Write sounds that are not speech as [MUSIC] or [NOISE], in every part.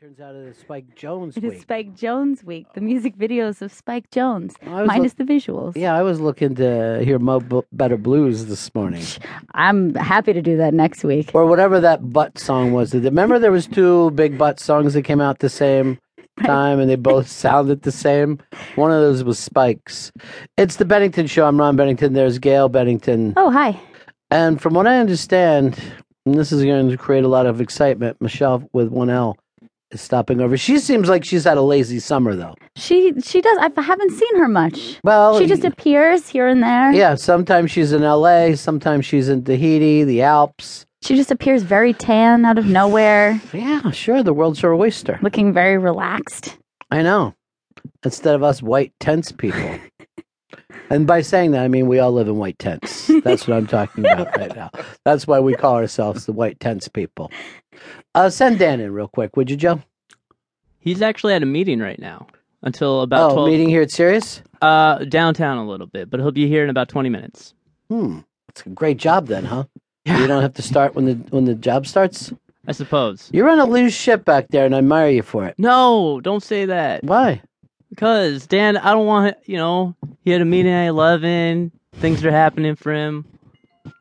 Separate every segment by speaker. Speaker 1: turns out it is Spike Jones
Speaker 2: It
Speaker 1: week.
Speaker 2: is Spike Jones week. The music videos of Spike Jones,
Speaker 1: I was
Speaker 2: minus the visuals.
Speaker 1: Yeah, I was looking to hear Mo B- Better Blues this morning.
Speaker 2: I'm happy to do that next week.
Speaker 1: Or whatever that butt song was. Remember there was two big butt songs that came out the same time and they
Speaker 2: [LAUGHS]
Speaker 1: both sounded the same? One of those was Spike's. It's the Bennington Show. I'm Ron Bennington. There's Gail Bennington.
Speaker 2: Oh, hi.
Speaker 1: And from what I understand, and this is going to create a lot of excitement, Michelle with 1L is stopping over. She seems like she's had a lazy summer, though.
Speaker 2: She she does. I haven't seen her much.
Speaker 1: Well,
Speaker 2: she just appears here and there.
Speaker 1: Oh, yeah, sometimes she's in LA, sometimes she's in Tahiti, the Alps.
Speaker 2: She just appears very tan out of nowhere,
Speaker 1: Yeah, sure, the world's her oyster.
Speaker 2: looking very relaxed.
Speaker 1: I know. Instead of us white tense people. and by saying that, I mean we all live in white tents. That's what I'm talking about right now. That's why we call ourselves the white tense people. Uh, send Dan in real quick, would you, Joe?
Speaker 3: He's actually at a meeting right now until about
Speaker 1: oh,
Speaker 3: 12
Speaker 1: meeting here at Sirius?
Speaker 3: uh downtown a little bit, but he'll be here in about 20 minutes.
Speaker 1: Hmm. It's a great job then, huh? You don't have to start when the when the job starts.
Speaker 3: I suppose.
Speaker 1: You're on a loose ship back there, and I admire you for it.
Speaker 3: No, don't say that.
Speaker 1: Why?
Speaker 3: Because Dan, I don't want you know, he had a meeting at 11. Things are happening for him.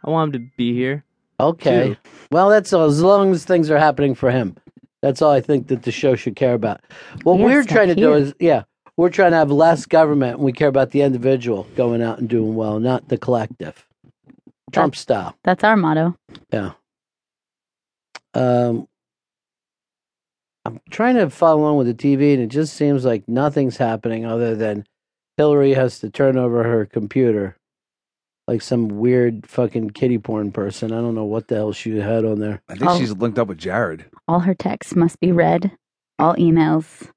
Speaker 3: I want him to be here.
Speaker 1: Okay.
Speaker 3: Dude.
Speaker 1: Well, that's all. As long as things are happening for him, that's all I think that the show should care about. What
Speaker 2: Yeah,
Speaker 1: we're
Speaker 2: stuff
Speaker 1: trying to do
Speaker 2: here.
Speaker 1: is, yeah, we're trying to have less government, and we care about the individual going out and doing well, not the collective. Trump style.
Speaker 2: That's our motto.
Speaker 1: Yeah. Um, I'm trying to follow along with the TV, and it just seems like nothing's happening other than Hillary has to turn over her computer, like some weird fucking kitty porn person. I don't know what the hell she had on there.
Speaker 4: I think
Speaker 2: Oh.
Speaker 4: she's linked up with Jared.
Speaker 2: All her texts must be read. All emails,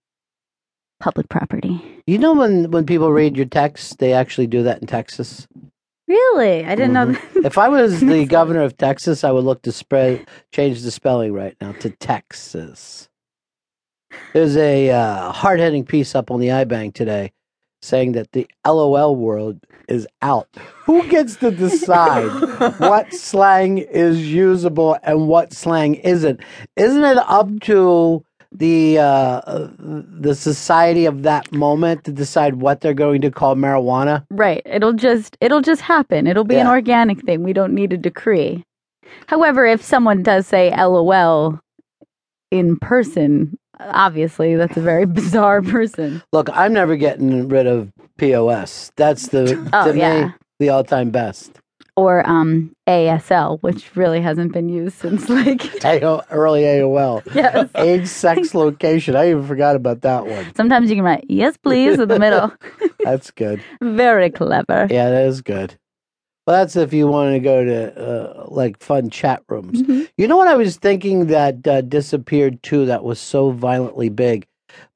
Speaker 2: public property.
Speaker 1: You know when when people read your texts, they actually do that in Texas.
Speaker 2: Really, I didn't know. That.
Speaker 1: If I was the
Speaker 2: Excellent.
Speaker 1: governor of Texas, I would look to spread change the spelling right now to Texas. There's a uh, hard-hitting piece up on the iBank today saying that the LOL world is out. Who gets to decide what slang is usable and what slang isn't? Isn't it up to the uh, the society of that moment to decide what they're going to call marijuana?
Speaker 2: Right. It'll just it'll just happen. It'll be an
Speaker 1: Yeah.
Speaker 2: organic thing. We don't need a decree. However, if someone does say LOL in person, obviously that's a very [LAUGHS] bizarre person.
Speaker 1: Look, I'm never getting rid of POS. That's the
Speaker 2: [LAUGHS] Oh,
Speaker 1: to me
Speaker 2: yeah.
Speaker 1: the all time best.
Speaker 2: Or um ASL, which really hasn't been used since [LAUGHS] like
Speaker 1: AO, early AOL.
Speaker 2: yes.
Speaker 1: Age,
Speaker 2: [LAUGHS]
Speaker 1: sex, location. I even forgot about that one.
Speaker 2: Sometimes you can write yes please in the middle. [LAUGHS]
Speaker 1: That's good.
Speaker 2: Very clever.
Speaker 1: Yeah, that is good. Well, that's if you want to go to uh, like fun chat rooms.
Speaker 2: Mhm.
Speaker 1: You know what I was thinking that uh, disappeared too. That was so violently big.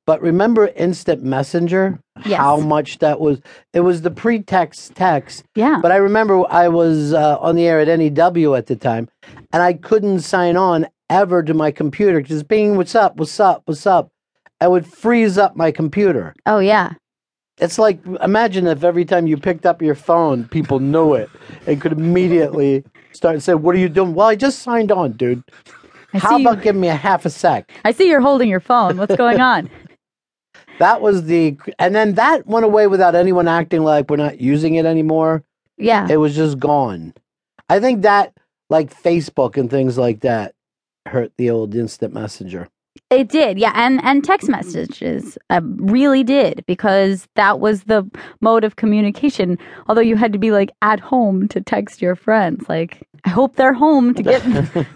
Speaker 1: But remember instant messenger?
Speaker 2: Yes.
Speaker 1: How much that was? It was the pretext text
Speaker 2: Yeah.
Speaker 1: But I remember I was uh, on the air at NEW at the time, and I couldn't sign on ever to my computer because being what's up, what's up, what's up, I would freeze up my computer.
Speaker 2: Oh yeah.
Speaker 1: It's like imagine if every time you picked up your phone, people knew it and could immediately start and say, "What are you doing?" Well, I just signed on, dude.
Speaker 2: I
Speaker 1: How
Speaker 2: see you-
Speaker 1: about giving me a half a sec?
Speaker 2: I see you're holding your phone. What's going on?
Speaker 1: That was the, and then that went away without anyone acting like we're not using it anymore.
Speaker 2: Yeah.
Speaker 1: it was just gone. I think that like Facebook and things like that hurt the old instant messenger.
Speaker 2: It did, yeah, and and text messages uh, really did because that was the mode of communication. Although you had to be like at home to text your friends, like I hope they're home
Speaker 1: [LAUGHS]
Speaker 2: to get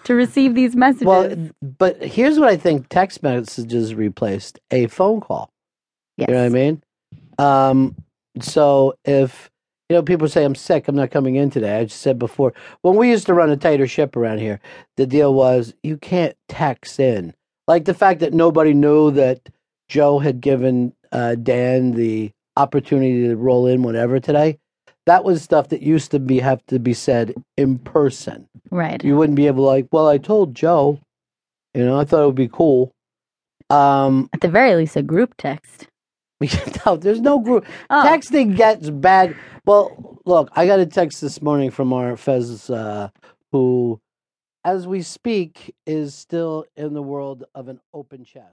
Speaker 2: to receive these messages.
Speaker 1: Well, but here's what I think text messages replaced a phone call.
Speaker 2: yes.
Speaker 1: You know what I mean? Um, so if you know people say I'm sick, I'm not coming in today. I just said before when we used to run a tighter ship around here, the deal was you can't text in. Like the fact that nobody knew that Joe had given uh, Dan the opportunity to roll in whenever today. That was stuff that used to be have to be said in person
Speaker 2: right?
Speaker 1: you wouldn't be able to like well i told joe you know i thought it would be cool um [LAUGHS]
Speaker 2: At the very least, a group text.
Speaker 1: no, there's no group
Speaker 2: Oh,
Speaker 1: texting gets bad well look i got a text this morning from our fez uh, who as we speak is still in the world of an open chest